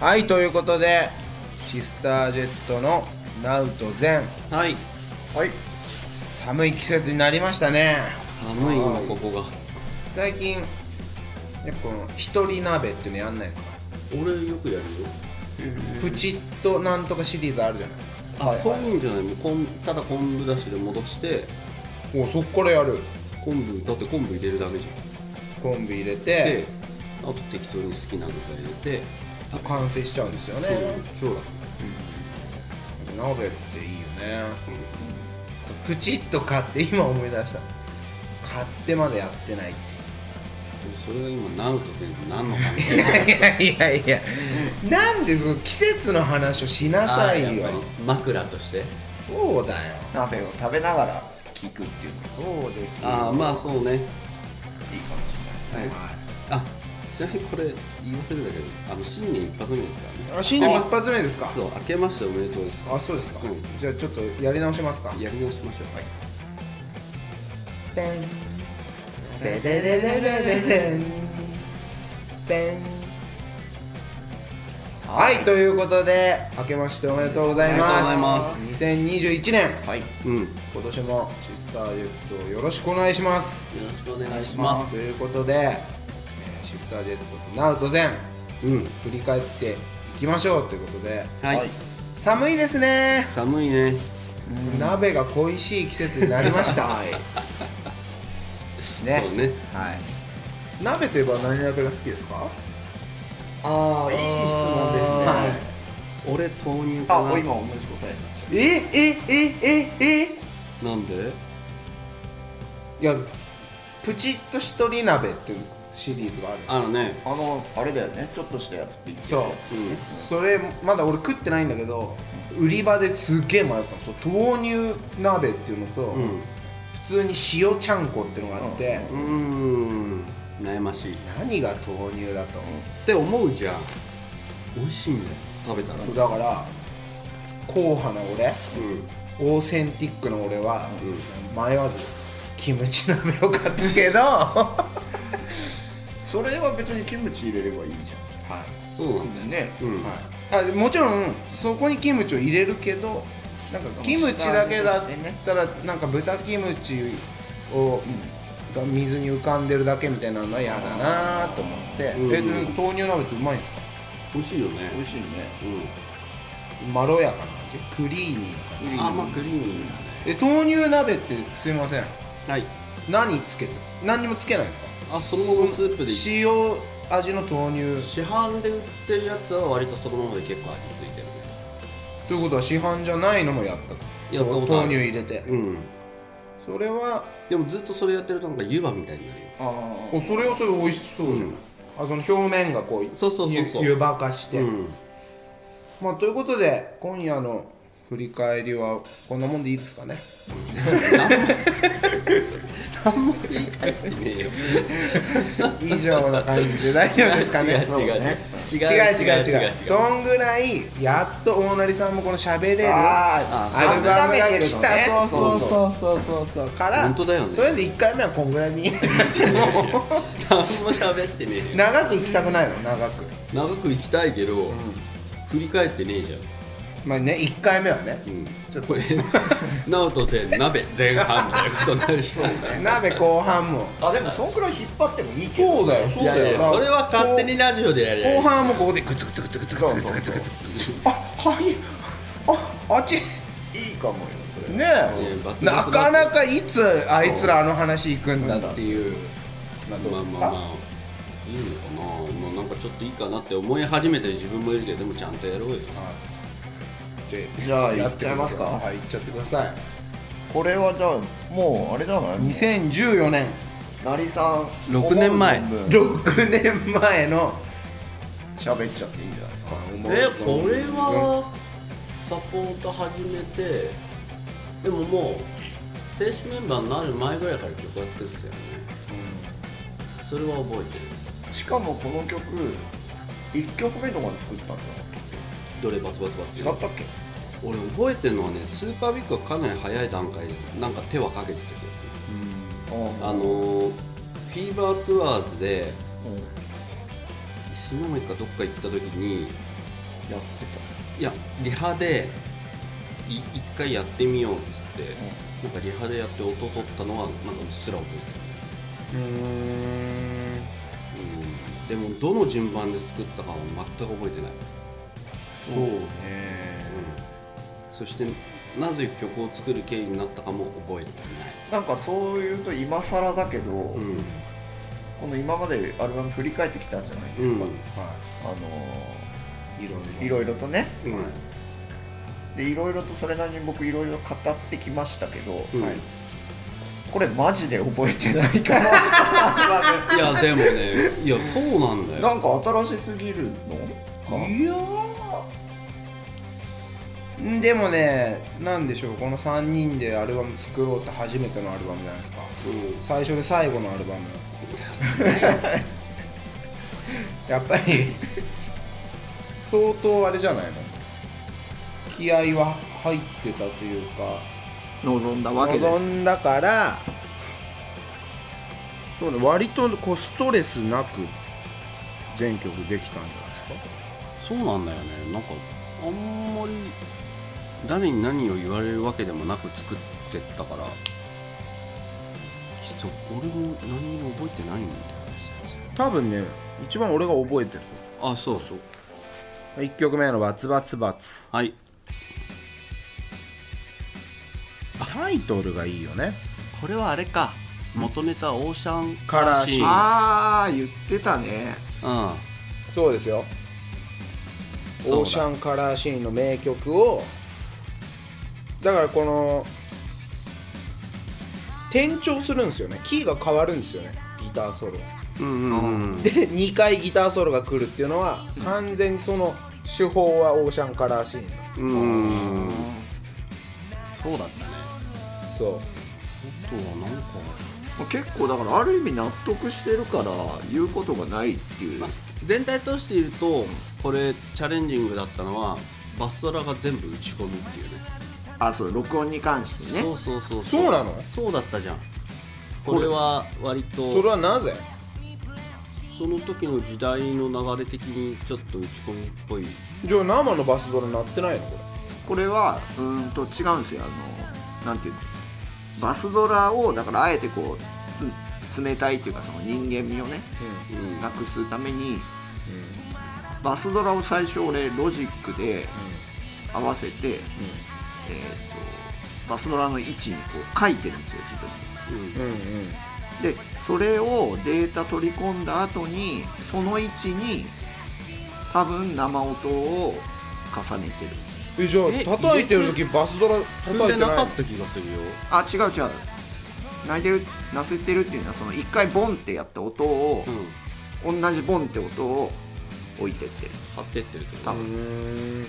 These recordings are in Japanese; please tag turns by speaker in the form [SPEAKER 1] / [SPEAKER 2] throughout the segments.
[SPEAKER 1] はいということでシスタージェットのナウトゼン
[SPEAKER 2] はい
[SPEAKER 1] はい寒い季節になりましたね
[SPEAKER 2] 寒い今ここが
[SPEAKER 1] 最近やっぱこの一人鍋っていうのやんないですか
[SPEAKER 2] 俺よくやるよ
[SPEAKER 1] プチッとなんとかシリーズあるじゃないですか
[SPEAKER 2] あ、そういうんじゃないもうこんただ昆布だしで戻して
[SPEAKER 1] おそっからやる
[SPEAKER 2] 昆布だって昆布入れるだけじ
[SPEAKER 1] コンビ入れ
[SPEAKER 2] ゃんで
[SPEAKER 1] て
[SPEAKER 2] あと適当に好きな具材入れて
[SPEAKER 1] 完成しちゃうんですよね、
[SPEAKER 2] 超楽
[SPEAKER 1] 鍋っていいよね、プチッと買って今思い出した買ってまでやってないっていう
[SPEAKER 2] それが今ナウト全部何の関係
[SPEAKER 1] いやいやいや、なんでその季節の話をしなさいよ
[SPEAKER 2] やっぱり枕として
[SPEAKER 1] そうだよ
[SPEAKER 3] 鍋を食べながら聞くっていうのそうです
[SPEAKER 2] ああまあそうね
[SPEAKER 3] いいかもしれない
[SPEAKER 2] あちなみにこれ言い忘れたけどあの新年一発目ですからね
[SPEAKER 1] あ新年一発目ですか
[SPEAKER 2] そう明けましておめでとうですか
[SPEAKER 1] あそうですか、
[SPEAKER 2] うん
[SPEAKER 1] じゃあちょっとやり直しますか
[SPEAKER 2] やり直しましょうはい
[SPEAKER 1] ペンペレレレレレレンペンはいということで明けましておめでとうございます
[SPEAKER 2] おめでとうございます
[SPEAKER 1] 2021年
[SPEAKER 3] はい
[SPEAKER 2] うんよ
[SPEAKER 1] 今年もシスタージェットをよろしくお願いします
[SPEAKER 2] ろしくお願いしま
[SPEAKER 1] と
[SPEAKER 2] す
[SPEAKER 1] いうことで、えーシスタージェットとナウトゼン
[SPEAKER 2] うん
[SPEAKER 1] 振り返っていきましょうということで
[SPEAKER 2] はい、
[SPEAKER 3] はい
[SPEAKER 1] 寒いですね、
[SPEAKER 2] 寒いね
[SPEAKER 1] 鍋が恋しい季節になりま したね
[SPEAKER 2] そうね
[SPEAKER 1] はい鍋といえば何鍋が好きですか
[SPEAKER 3] ああいい質問ですね、
[SPEAKER 2] 俺豆乳か
[SPEAKER 3] あ
[SPEAKER 2] な
[SPEAKER 3] もう今同じ答えになっちゃ
[SPEAKER 1] えええええ
[SPEAKER 2] なんで
[SPEAKER 1] いやプチッとしとり鍋っていうシリーズがあるんです
[SPEAKER 2] あ
[SPEAKER 1] よ
[SPEAKER 2] のね
[SPEAKER 3] うあのあれだよねちょっとしたやつって言ってた
[SPEAKER 1] そう、
[SPEAKER 3] やつね
[SPEAKER 1] それまだ俺食ってないんだけど売り場ですっげえ迷ったのそう豆乳鍋っていうのと、
[SPEAKER 2] うん
[SPEAKER 1] 普通に塩ちゃんこっていうのがあって、
[SPEAKER 2] うーん悩ましいっ
[SPEAKER 1] 何が豆乳だと、
[SPEAKER 2] て思うじゃん美味しいんだよ食べたら
[SPEAKER 1] そうだから硬派な俺
[SPEAKER 2] う
[SPEAKER 1] オーセンティックな俺は、迷わずキムチ鍋を買ったけ ど、
[SPEAKER 3] それは別にキムチ入れればいいじ
[SPEAKER 2] んそうなん
[SPEAKER 3] ゃ
[SPEAKER 2] だよ
[SPEAKER 3] んね
[SPEAKER 2] うん、
[SPEAKER 1] はい、あもちろんそこにキムチを入れるけどなんかキムチだけだったらなんか豚キムチを、が水に浮かんでるだけみたいなのは嫌だなと思って、
[SPEAKER 2] うん
[SPEAKER 1] えでも豆乳鍋ってうまいんですか
[SPEAKER 2] 美味しいよね
[SPEAKER 3] 美味しいね
[SPEAKER 1] まろやかな味クリーニーな感
[SPEAKER 2] うんあんまクリーミーだね
[SPEAKER 1] じえ豆乳鍋ってすいません
[SPEAKER 2] はい
[SPEAKER 1] 何つけて何にもつけないんですか
[SPEAKER 2] あそのままスープで市
[SPEAKER 1] 塩味の豆乳
[SPEAKER 2] 販で売ってるやつは割とそのままで結構味ついてるね
[SPEAKER 1] ということは市販じゃないのもやった
[SPEAKER 2] やったことあ
[SPEAKER 1] 豆
[SPEAKER 2] る
[SPEAKER 1] 乳入れて、
[SPEAKER 2] うん
[SPEAKER 1] それは
[SPEAKER 2] でもずっとそれやってるとなんか湯葉みたいになるよ
[SPEAKER 3] ああ
[SPEAKER 1] おそれはそれ美味しそうじゃん、
[SPEAKER 2] うん
[SPEAKER 1] あその表面がこう
[SPEAKER 2] そうそうそうそう
[SPEAKER 1] ゆ湯ばかして、
[SPEAKER 2] うん
[SPEAKER 1] まあということで今夜の振り返りはこんなもんでいいですかね
[SPEAKER 2] いいよ
[SPEAKER 1] 以上な感じで大丈夫ですかね
[SPEAKER 2] 違う
[SPEAKER 1] そう
[SPEAKER 2] 違う違う
[SPEAKER 1] 違う違う違うそんぐらいやっと大成さんもこの喋れる
[SPEAKER 3] あ
[SPEAKER 1] アルバムが来た、
[SPEAKER 3] あ
[SPEAKER 1] そ
[SPEAKER 3] そうう
[SPEAKER 1] そう
[SPEAKER 3] そう
[SPEAKER 1] そうそうそうそうから
[SPEAKER 2] 本当だよね
[SPEAKER 1] とりあえず1回目はこんぐらい にもう
[SPEAKER 2] 何も喋ってねえよ
[SPEAKER 1] 長く行きたくないの長く
[SPEAKER 2] 長く行きたいけど、振り返ってねえじゃん
[SPEAKER 1] まあね1回目はね
[SPEAKER 2] うん、ちょっとこれナオト戦鍋前半みたいなことになるでしょ
[SPEAKER 1] 鍋後半も
[SPEAKER 3] あでもそんくらい引っ張ってもいいけど
[SPEAKER 1] そうだよそう
[SPEAKER 2] いや
[SPEAKER 1] だ
[SPEAKER 2] い
[SPEAKER 1] よ
[SPEAKER 2] やそれは勝手にラジオでやりゃいい
[SPEAKER 1] 後半もここでグツグツグツグツグツグツグツグツあはいああっち
[SPEAKER 3] いいかもよそれ
[SPEAKER 1] ね
[SPEAKER 2] 罰
[SPEAKER 1] え
[SPEAKER 2] 罰
[SPEAKER 1] なかなかいつあいつらあの話行くんだっていうまあど
[SPEAKER 2] ま
[SPEAKER 1] う
[SPEAKER 2] あ
[SPEAKER 1] です
[SPEAKER 2] まあ
[SPEAKER 1] か
[SPEAKER 2] まあいいのかなまあなんかちょっといいかなって思い始めてる自分もいるけどでもちゃんとやろうよ
[SPEAKER 3] じゃあ
[SPEAKER 1] や
[SPEAKER 3] や
[SPEAKER 1] っ
[SPEAKER 3] ってち
[SPEAKER 1] くだ
[SPEAKER 3] ゃ
[SPEAKER 1] さ
[SPEAKER 3] いますか
[SPEAKER 1] はい行っちゃってください
[SPEAKER 3] これはじゃあもうあれじゃない
[SPEAKER 1] 2014年
[SPEAKER 3] なりさん
[SPEAKER 2] 六年前
[SPEAKER 3] 思う存分
[SPEAKER 1] 6年前の
[SPEAKER 3] 喋っちゃっていいんじゃないですか
[SPEAKER 2] えこれはサポート始めてでももう正式メンバーになる前ぐらいから曲は作ってたよね、それは覚えてる
[SPEAKER 3] しかもこの曲1曲目とかで作ったんじ
[SPEAKER 2] どれバツバツバツ
[SPEAKER 3] ゃな違ったっけ
[SPEAKER 2] 俺覚えてるのはねスーパービッグはかなり早い段階でなんか手はかけてた気がするあ
[SPEAKER 3] あ
[SPEAKER 2] のー、フィーバーツアーズで
[SPEAKER 3] う
[SPEAKER 2] 石巻かどっか行った時に
[SPEAKER 3] やってた
[SPEAKER 2] いやリハでい一回やってみようっつって、なんかリハでやって音取ったのはなんかうっすら覚えてる
[SPEAKER 1] うん
[SPEAKER 2] でもどの順番で作ったかは全く覚えてない
[SPEAKER 1] そうね
[SPEAKER 2] そしてなぜ曲を作る経緯になったかも覚えて
[SPEAKER 3] なんかそういうと今更だけど、
[SPEAKER 2] ないうん
[SPEAKER 3] この今までアルバム振り返ってきたじゃないで
[SPEAKER 2] う
[SPEAKER 3] す
[SPEAKER 2] ん
[SPEAKER 3] か、
[SPEAKER 1] は
[SPEAKER 3] あの
[SPEAKER 1] いいろ
[SPEAKER 3] ーい
[SPEAKER 1] いろ
[SPEAKER 3] ろいろとね
[SPEAKER 2] うん
[SPEAKER 3] でいろいろとそれなりに僕いろいろ語ってきましたけど、
[SPEAKER 2] うん
[SPEAKER 1] はい
[SPEAKER 3] これマジで覚えてないから
[SPEAKER 2] いやでもねいやそうなんだ
[SPEAKER 3] な
[SPEAKER 2] よ
[SPEAKER 3] んか新しすぎるのか、
[SPEAKER 1] いやーんでもねなんでしょうこの3人でアルバム作ろうって初めてのアルバムじゃないですか
[SPEAKER 2] うん
[SPEAKER 1] 最初で最後のアルバムやっぱり相当あれじゃないの気合は入ってたというか
[SPEAKER 3] 望んだ
[SPEAKER 1] 望んだからそうね割とこうストレスなく全曲できたんじゃないですか
[SPEAKER 2] そうなんだよねなんかあんまり誰に何を言われるわけでもなく作ってったからちょっと俺も何にも覚えてないんだよね全然
[SPEAKER 1] 多分ね一番俺が覚えてる
[SPEAKER 2] あそうそう
[SPEAKER 1] 1曲目の「バツバツバツ
[SPEAKER 2] はい」
[SPEAKER 1] タイトルがいいよね
[SPEAKER 2] これはあれか元ネタオーシャン
[SPEAKER 1] カラーシーン
[SPEAKER 3] ああ言ってたね
[SPEAKER 2] うん
[SPEAKER 1] そうですよ
[SPEAKER 2] そうだ
[SPEAKER 1] オーシャンカラーシーンの名曲をだからこの転調するんですよねキーが変わるんですよねギターソロ
[SPEAKER 2] うんうんうん
[SPEAKER 1] で2回 ギターソロが来るっていうのは完全にその手法はオーシャンカラーシーン
[SPEAKER 2] うんそうだったね
[SPEAKER 1] そう
[SPEAKER 2] あとはなんか
[SPEAKER 3] 結構だからある意味納得してるから言うことがないっていう、
[SPEAKER 2] 全体として言うとこれチャレンジングだったのはバスドラが全部打ち込むっていうね
[SPEAKER 4] あそう録音に関してね
[SPEAKER 2] そうそうそう
[SPEAKER 1] そうなの
[SPEAKER 2] そうだったじゃんこれは割
[SPEAKER 1] それ
[SPEAKER 2] と
[SPEAKER 1] はなぜ
[SPEAKER 2] その時の時代の流れ的にちょっと打ち込みっぽい
[SPEAKER 1] じゃあ生のバスドラ鳴ってないのこ
[SPEAKER 4] これはうーんと違うんですよあのなんていうのバスドラをだからあえてこうつ冷たいっていうかその人間味をね
[SPEAKER 1] れ、
[SPEAKER 4] なくすためにバスドラを最初俺ロジックで合わせて、えー、とバスドラの位置にこう書いてるんですよ自分で。
[SPEAKER 1] うん、うんうん
[SPEAKER 4] でそれをデータ取り込んだ後にその位置に多分生音を重ねてる
[SPEAKER 1] えじゃ
[SPEAKER 2] え
[SPEAKER 1] あ叩いてる時バスドラ
[SPEAKER 2] 踏
[SPEAKER 1] 叩
[SPEAKER 2] ん
[SPEAKER 1] い
[SPEAKER 2] で
[SPEAKER 1] てな
[SPEAKER 2] ない
[SPEAKER 1] の
[SPEAKER 2] かった気がするよ
[SPEAKER 4] あ違う違う泣いてるなせてるっていうのはその一回ボンってやった音を、
[SPEAKER 2] うん
[SPEAKER 4] 同じボンって音を置いてってる
[SPEAKER 2] 張ってってるけど
[SPEAKER 4] 多分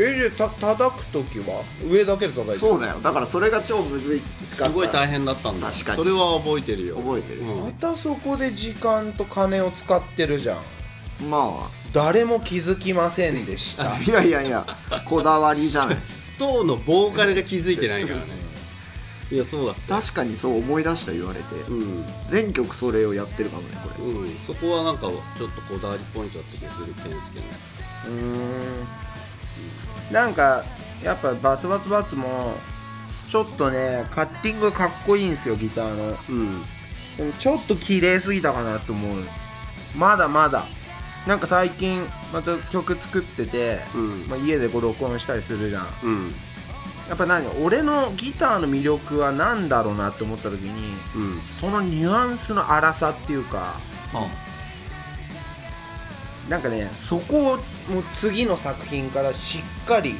[SPEAKER 1] えじゃあた叩く時は上だけで叩いて
[SPEAKER 4] そうだよだからそれが超むずい
[SPEAKER 2] すごい大
[SPEAKER 4] 変
[SPEAKER 2] 変だったんだ
[SPEAKER 4] 確かに
[SPEAKER 2] それは覚えてるよ
[SPEAKER 4] 覚えてる
[SPEAKER 2] うん
[SPEAKER 1] またそこで時間と金を使ってるじゃん
[SPEAKER 4] ま
[SPEAKER 1] 誰も気づきませんでし
[SPEAKER 4] あ
[SPEAKER 1] た
[SPEAKER 4] いやいやいやこだわりじゃない
[SPEAKER 2] 当のボーカルが気づいてないからねいやそうだ
[SPEAKER 4] 確かにそう思い出した言われて
[SPEAKER 2] うん
[SPEAKER 4] 全曲それをやってるかもねこれ
[SPEAKER 2] うん、そこはなんかちょっとこだわりポイントだった気がする健介の
[SPEAKER 1] うーんなんかやっぱバツバツバツもちょっとねカッティングかっこいいんですよギターの
[SPEAKER 2] うん
[SPEAKER 1] でもちょっと綺麗すぎたかなと思うまだまだなんか最近また曲作ってて、
[SPEAKER 2] うん
[SPEAKER 1] まあ、家でこう録音したりするじゃん
[SPEAKER 2] うん
[SPEAKER 1] やっぱ何俺のギターの魅力は何だろうなって思った時に、
[SPEAKER 2] うん
[SPEAKER 1] そのニュアンスの荒さっていうかなんかねそこをもう次の作品からしっかり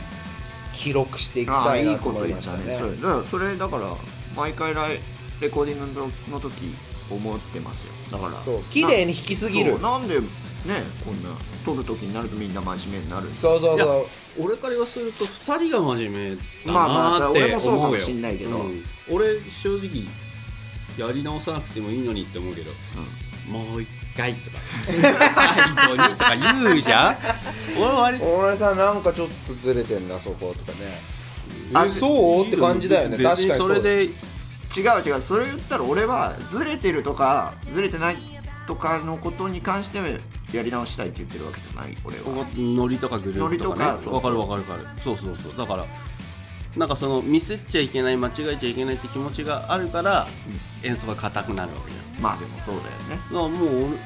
[SPEAKER 1] 記録していき
[SPEAKER 4] ああ
[SPEAKER 1] た
[SPEAKER 4] ー
[SPEAKER 1] い
[SPEAKER 4] い
[SPEAKER 1] ないと
[SPEAKER 4] こと
[SPEAKER 1] 思い
[SPEAKER 4] 言っ
[SPEAKER 1] ましたた
[SPEAKER 4] ね
[SPEAKER 1] ね
[SPEAKER 4] それだからそれだから毎回来レコーディングのの時思ってますよだから
[SPEAKER 1] そう綺麗に弾きすぎる
[SPEAKER 4] そうなんでねこんな撮る時になるとみんな真面目になるんです
[SPEAKER 1] そうそう
[SPEAKER 2] いや
[SPEAKER 1] そう
[SPEAKER 2] 俺から言わすると2人が真面目だ
[SPEAKER 4] まあまあ
[SPEAKER 2] なーって思うよ、
[SPEAKER 4] 俺もそうかもしんないけど
[SPEAKER 2] うん俺正直やり直さなくてもいいのにって思うけど、もう一回とか 最後にとか言うじゃん俺割と
[SPEAKER 1] 大村さんなんかちょっとずれてんなそことかね
[SPEAKER 4] あ
[SPEAKER 1] えそうって感じだよね
[SPEAKER 2] 別
[SPEAKER 1] 確かに
[SPEAKER 2] そ
[SPEAKER 1] そう
[SPEAKER 2] れで
[SPEAKER 4] 違う違うそれ言ったら俺はずれてるとかずれてないとかのことに関してやり直したいって言ってるわけじゃない俺
[SPEAKER 2] こ
[SPEAKER 4] は
[SPEAKER 2] こノリとかグループとかね
[SPEAKER 4] ノリとかそうそう
[SPEAKER 2] わかるわかるわかるそうそうそうだからなんかそのミスっちゃいけない間違えちゃいけないって気持ちがあるから、演奏が硬くなるわけじゃん
[SPEAKER 4] まあでもそうだ
[SPEAKER 2] だ
[SPEAKER 4] よね
[SPEAKER 2] からもう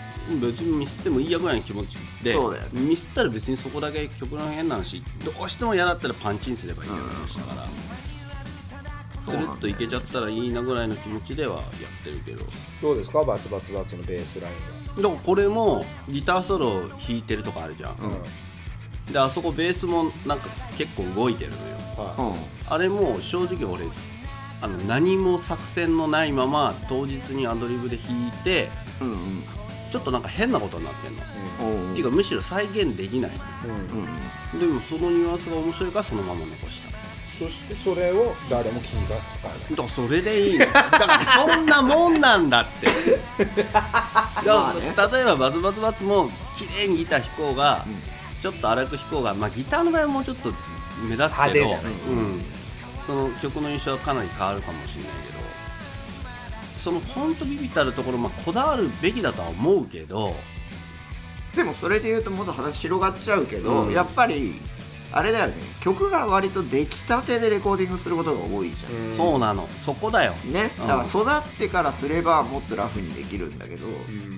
[SPEAKER 2] 俺別にミスってもいいやぐらいの気持ちで
[SPEAKER 4] そうだよね
[SPEAKER 2] ミスったら別にそこだけ曲の変な話どうしても嫌だったらパンチンすればいいって話だからつるっといけちゃったらいいなぐらいの気持ちではやってるけどだ
[SPEAKER 1] どうですかバツバツバツのベースライン
[SPEAKER 2] からこれもギターソロ弾いてるとかあるじゃん、
[SPEAKER 1] は、
[SPEAKER 2] であそこベースもなんか結構動いてるのよ
[SPEAKER 1] は
[SPEAKER 4] う
[SPEAKER 2] あれも正直俺あの何も作戦のないまま当日にアドリブで弾いて
[SPEAKER 4] んうんうん
[SPEAKER 2] ちょっとなんか変なことになってんの、
[SPEAKER 4] おうお
[SPEAKER 2] っ
[SPEAKER 4] う
[SPEAKER 2] ていうかむしろ再現できない
[SPEAKER 1] い、うん
[SPEAKER 4] うんうん
[SPEAKER 2] でもそのニュアンスが面白いからそのまま残しただ
[SPEAKER 1] そしてそれを誰も気がつかない
[SPEAKER 2] からそれでいいのだからそんなもんなんだって だから例えば「バズバズバズ」も綺麗にギター弾こうが、ちょっと荒く弾こうが、まあ、ギターの場合はもうちょっと目立つ
[SPEAKER 1] 派
[SPEAKER 2] け
[SPEAKER 1] 手
[SPEAKER 2] ど
[SPEAKER 1] じゃない
[SPEAKER 2] うん、その曲の印象はかなり変わるかもしれないけどそのほんとビビたるところ、まあ、こだわるべきだとは思うけど
[SPEAKER 4] でもそれで言うともっと話広がっちゃうけど、
[SPEAKER 2] うん
[SPEAKER 4] やっぱりあれだよね曲が割と出来たてでレコーディングすることが多いじゃん、
[SPEAKER 2] そうなのそこだよ、
[SPEAKER 4] ね
[SPEAKER 2] うん
[SPEAKER 4] だから育ってからすればもっとラフにできるんだけど、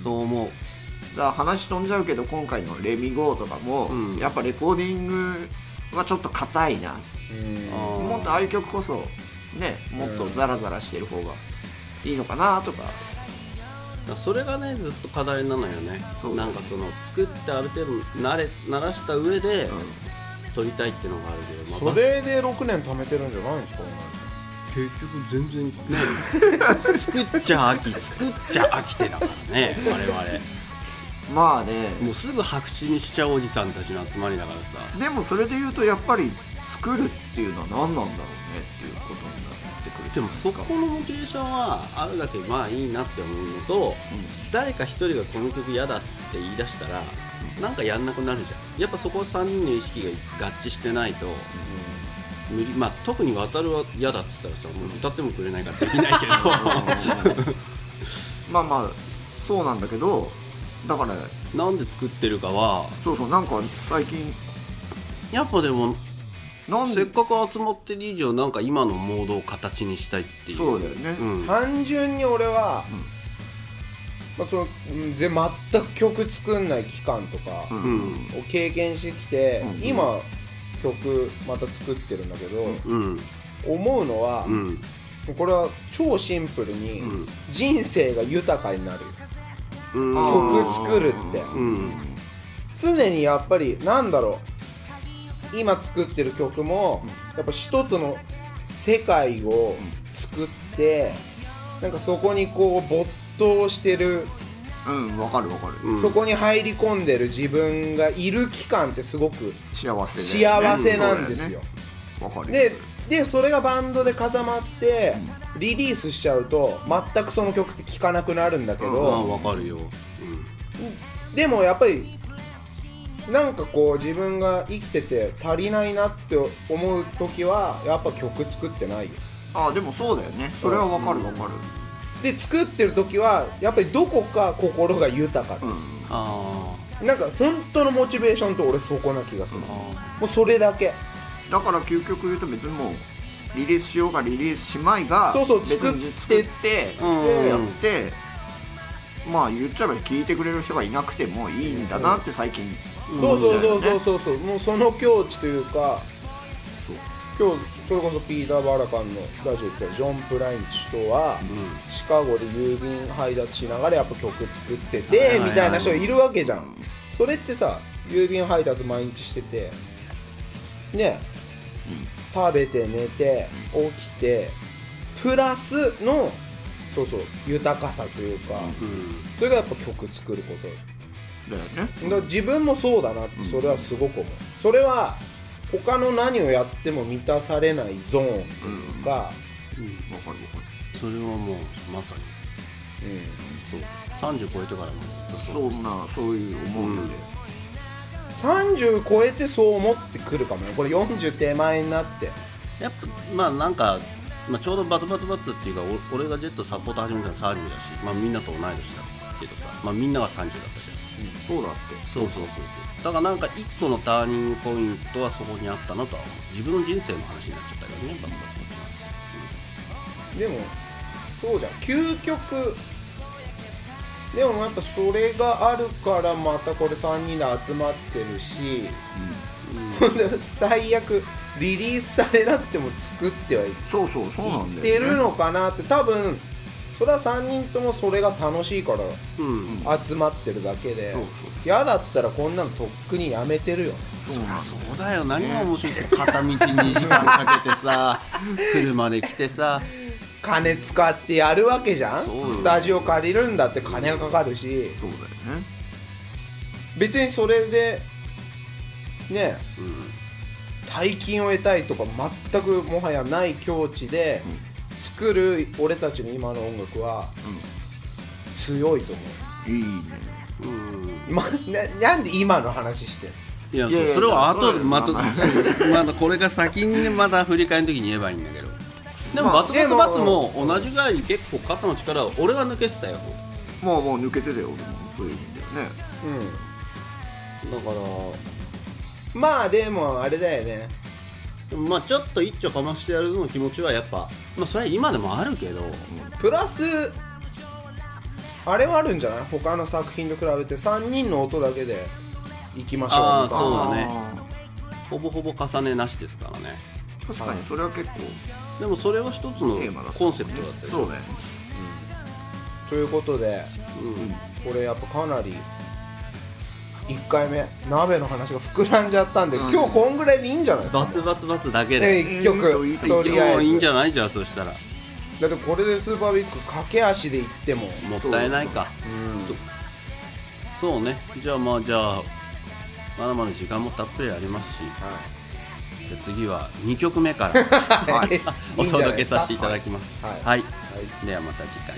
[SPEAKER 2] そう思う
[SPEAKER 4] だから話飛んじゃうけど今回の「レミゴー」とかも、
[SPEAKER 2] うん
[SPEAKER 4] やっぱレコーディングはちょっと硬いな
[SPEAKER 2] あー
[SPEAKER 4] もっとああいう曲こそねもっとザラザラしてる方がいいのかなとか、
[SPEAKER 2] だからそれがねずっと課題なのよね
[SPEAKER 4] そう
[SPEAKER 2] なんかその作ってある程度慣れ慣らした上で、
[SPEAKER 4] うん
[SPEAKER 2] 撮りたいっていうのがあるけど、まあ
[SPEAKER 1] それで6年貯めてるんじゃないんですか
[SPEAKER 2] 結局全然ね 作っちゃ飽き作っちゃ飽きてだからね我々
[SPEAKER 4] まあね
[SPEAKER 2] もうすぐ白紙にしちゃうおじさんたちの集まりだからさ
[SPEAKER 4] でもそれで言うとやっぱり作るっていうのは何なんだろうねっていうことになってくる
[SPEAKER 2] でもそこのモチベーションはあるだけまあいいなって思うのと、誰か一人がこの曲嫌だって言い出したら、なんかやんなくなるじゃんやっぱそこ3人の意識が合致してないと、無理まあ特に渡るは嫌だっつったらさもう歌ってもくれないからできないけ ど、
[SPEAKER 4] まあまあそうなんだけどだから
[SPEAKER 2] なんで作ってるかは
[SPEAKER 4] そうそうなんか最近
[SPEAKER 2] やっぱでも
[SPEAKER 4] なん
[SPEAKER 2] せっかく集まってる以上なんか今のモードを形にしたいっていう
[SPEAKER 4] そうだよね、
[SPEAKER 2] うん、
[SPEAKER 1] 単純に俺は、まあ、そのうんぜ全く曲作んない期間とか
[SPEAKER 4] うん
[SPEAKER 2] うん
[SPEAKER 1] を経験してきて、
[SPEAKER 4] うん
[SPEAKER 1] 今曲また作ってるんだけど、
[SPEAKER 2] うん
[SPEAKER 1] 思うのは、
[SPEAKER 2] うん
[SPEAKER 1] これは超シンプルに、
[SPEAKER 2] うん
[SPEAKER 1] 人生が豊かになる
[SPEAKER 2] うん
[SPEAKER 4] あー
[SPEAKER 1] 曲作るって
[SPEAKER 2] うん
[SPEAKER 1] 常にやっぱりなんだろう今作ってる曲も、やっぱ一つの世界を作って、なんかそこにこう没頭してる、
[SPEAKER 4] うんわかるわかる、
[SPEAKER 2] うん
[SPEAKER 1] そこに入り込んでる自分がいる期間ってすごく
[SPEAKER 4] 幸せだよね
[SPEAKER 1] 幸せなんですよ。
[SPEAKER 4] わ、かる
[SPEAKER 1] ででそれがバンドで固まってリリースしちゃうと全くその曲って聴かなくなるんだけ
[SPEAKER 2] まあ
[SPEAKER 1] ど、
[SPEAKER 2] わかるよ、
[SPEAKER 1] でもやっぱりなんかこう自分が生きてて足りないなって思う時はやっぱ曲作ってないよ
[SPEAKER 4] あでもそうだよねそれはわかるわかる
[SPEAKER 1] で作ってる時はやっぱりどこか心が豊か
[SPEAKER 4] うん、
[SPEAKER 2] あー
[SPEAKER 1] でなんか本当のモチベーションって俺そこな気がする、も
[SPEAKER 2] あ
[SPEAKER 1] うそれだけ
[SPEAKER 4] だから究極言うと別にもうリリースしようがリリースしまいが
[SPEAKER 1] そうそう
[SPEAKER 4] 別に
[SPEAKER 1] 作
[SPEAKER 4] 作
[SPEAKER 1] っ
[SPEAKER 4] ってて
[SPEAKER 2] うん
[SPEAKER 4] やってまあ言っちゃえば聞いてくれる人がいなくてもいいんだなって最近
[SPEAKER 1] そうそう
[SPEAKER 4] 思
[SPEAKER 1] そ
[SPEAKER 4] ん
[SPEAKER 1] う
[SPEAKER 4] だよ
[SPEAKER 1] そ
[SPEAKER 4] ね
[SPEAKER 1] うそうそう、もうその境地というか今日それこそピーター・バラカンのラジオでジョン・プラインチとは、シカゴで郵便配達しながらやっぱ曲作って
[SPEAKER 2] はいはい
[SPEAKER 1] て
[SPEAKER 2] は
[SPEAKER 1] み
[SPEAKER 2] い
[SPEAKER 1] たいな人いるわけじゃんそれってさ郵便配達毎日しててね食べて寝て起きてプラスのそうそう豊かさというか
[SPEAKER 2] ーうん
[SPEAKER 1] それがやっぱ曲作ること
[SPEAKER 4] だよね
[SPEAKER 1] だから自分もそうだなってそれはすごく思う、それは他の何をやっても満たされないゾーンというか、
[SPEAKER 4] わかるわかる
[SPEAKER 2] それはもうまさにそう30超えてからもずっとそう
[SPEAKER 4] そんなそういう思うんで、
[SPEAKER 1] うん30超えてそう思ってくるかもねこれ40手前になって
[SPEAKER 2] やっぱまあなんか、まあ、ちょうどバツバツバツっていうかお俺がジェットサポート始めたの30だし、まあ、みんなと同い年だけどさ、まあ、みんなが30だったじゃ
[SPEAKER 4] そうだって
[SPEAKER 2] んそうそうそうそうだからなんか一個のターニングポイントはそこにあったなとは思う自分の人生の話になっちゃったからねバツバツバツバツ
[SPEAKER 1] でもそうじゃん究極でもやっぱそれがあるからまたこれ3人で集まってるし、 最悪リリースされなくても作ってはい
[SPEAKER 4] そうそうそうなんだ
[SPEAKER 1] て
[SPEAKER 4] よ、
[SPEAKER 1] るのかなって多分それは3人ともそれが楽しいから
[SPEAKER 2] うん
[SPEAKER 1] 集まってるだけで
[SPEAKER 2] そうそう
[SPEAKER 1] 嫌だったらこんなのとっくにやめてるよね
[SPEAKER 2] そりゃそうだよ何が面白いって片道2時間かけてさ車で来てさ
[SPEAKER 1] 金使ってやるわけじゃん
[SPEAKER 2] そうよ
[SPEAKER 1] スタジオ借りるんだって金がかかるし
[SPEAKER 4] そうだよね
[SPEAKER 1] 別にそれでね
[SPEAKER 2] うん
[SPEAKER 1] 大金を得たいとか全くもはやない境地で作る俺たちの今の音楽は強いと思
[SPEAKER 4] いいね
[SPEAKER 2] う
[SPEAKER 1] う、
[SPEAKER 2] ん
[SPEAKER 1] ま、ななんで今の話してんの
[SPEAKER 2] いや
[SPEAKER 4] いやいや
[SPEAKER 2] そそれは後
[SPEAKER 4] そう
[SPEAKER 2] で
[SPEAKER 4] よ
[SPEAKER 2] また
[SPEAKER 4] まあまあ
[SPEAKER 2] そうまだこれが先にねまだ振り返りの時に言えばいいんだけどでも
[SPEAKER 4] まあ
[SPEAKER 2] バツバツバツも同じぐらい結構肩の力を俺は抜けてたよだ
[SPEAKER 4] もうもう抜けてたよ俺もそういう意味でね
[SPEAKER 2] から
[SPEAKER 1] まあでもあれだよね
[SPEAKER 2] でもまあちょっと一丁かましてやるの気持ちはやっぱまあそれは今でもあるけど
[SPEAKER 1] プラスあれはあるんじゃない他の作品と比べて3人の音だけでいきましょう
[SPEAKER 2] あー
[SPEAKER 1] みたいな
[SPEAKER 2] そうだね
[SPEAKER 4] あ
[SPEAKER 2] ほぼほぼ重ねなしですからね
[SPEAKER 4] ー確かにそれは結構
[SPEAKER 2] でもそれは一つの
[SPEAKER 4] テーマだった
[SPEAKER 2] コンセプトだったよ
[SPEAKER 4] そうね
[SPEAKER 1] ということでこれやっぱかなり1回目鍋の話が膨らんじゃったんで、今日こんぐらいでいいんじゃないですか
[SPEAKER 2] バツバツバツだけで
[SPEAKER 1] ね一曲
[SPEAKER 4] いい
[SPEAKER 1] と
[SPEAKER 2] い
[SPEAKER 1] り
[SPEAKER 2] や
[SPEAKER 1] あ
[SPEAKER 2] いい
[SPEAKER 1] え
[SPEAKER 2] ん
[SPEAKER 1] ず
[SPEAKER 2] じゃないじゃあそしたらも
[SPEAKER 1] だってこれでスーパービッグ駆け足で行っても
[SPEAKER 2] ったいないか
[SPEAKER 1] うん
[SPEAKER 2] そうねじゃあまあじゃあまだまだ時間もたっぷりありますしじゃあ次は2曲目から
[SPEAKER 1] はい
[SPEAKER 2] お届けさせてい
[SPEAKER 1] だ
[SPEAKER 2] ただきます
[SPEAKER 1] はい
[SPEAKER 2] はい
[SPEAKER 1] はい
[SPEAKER 2] ではまた次回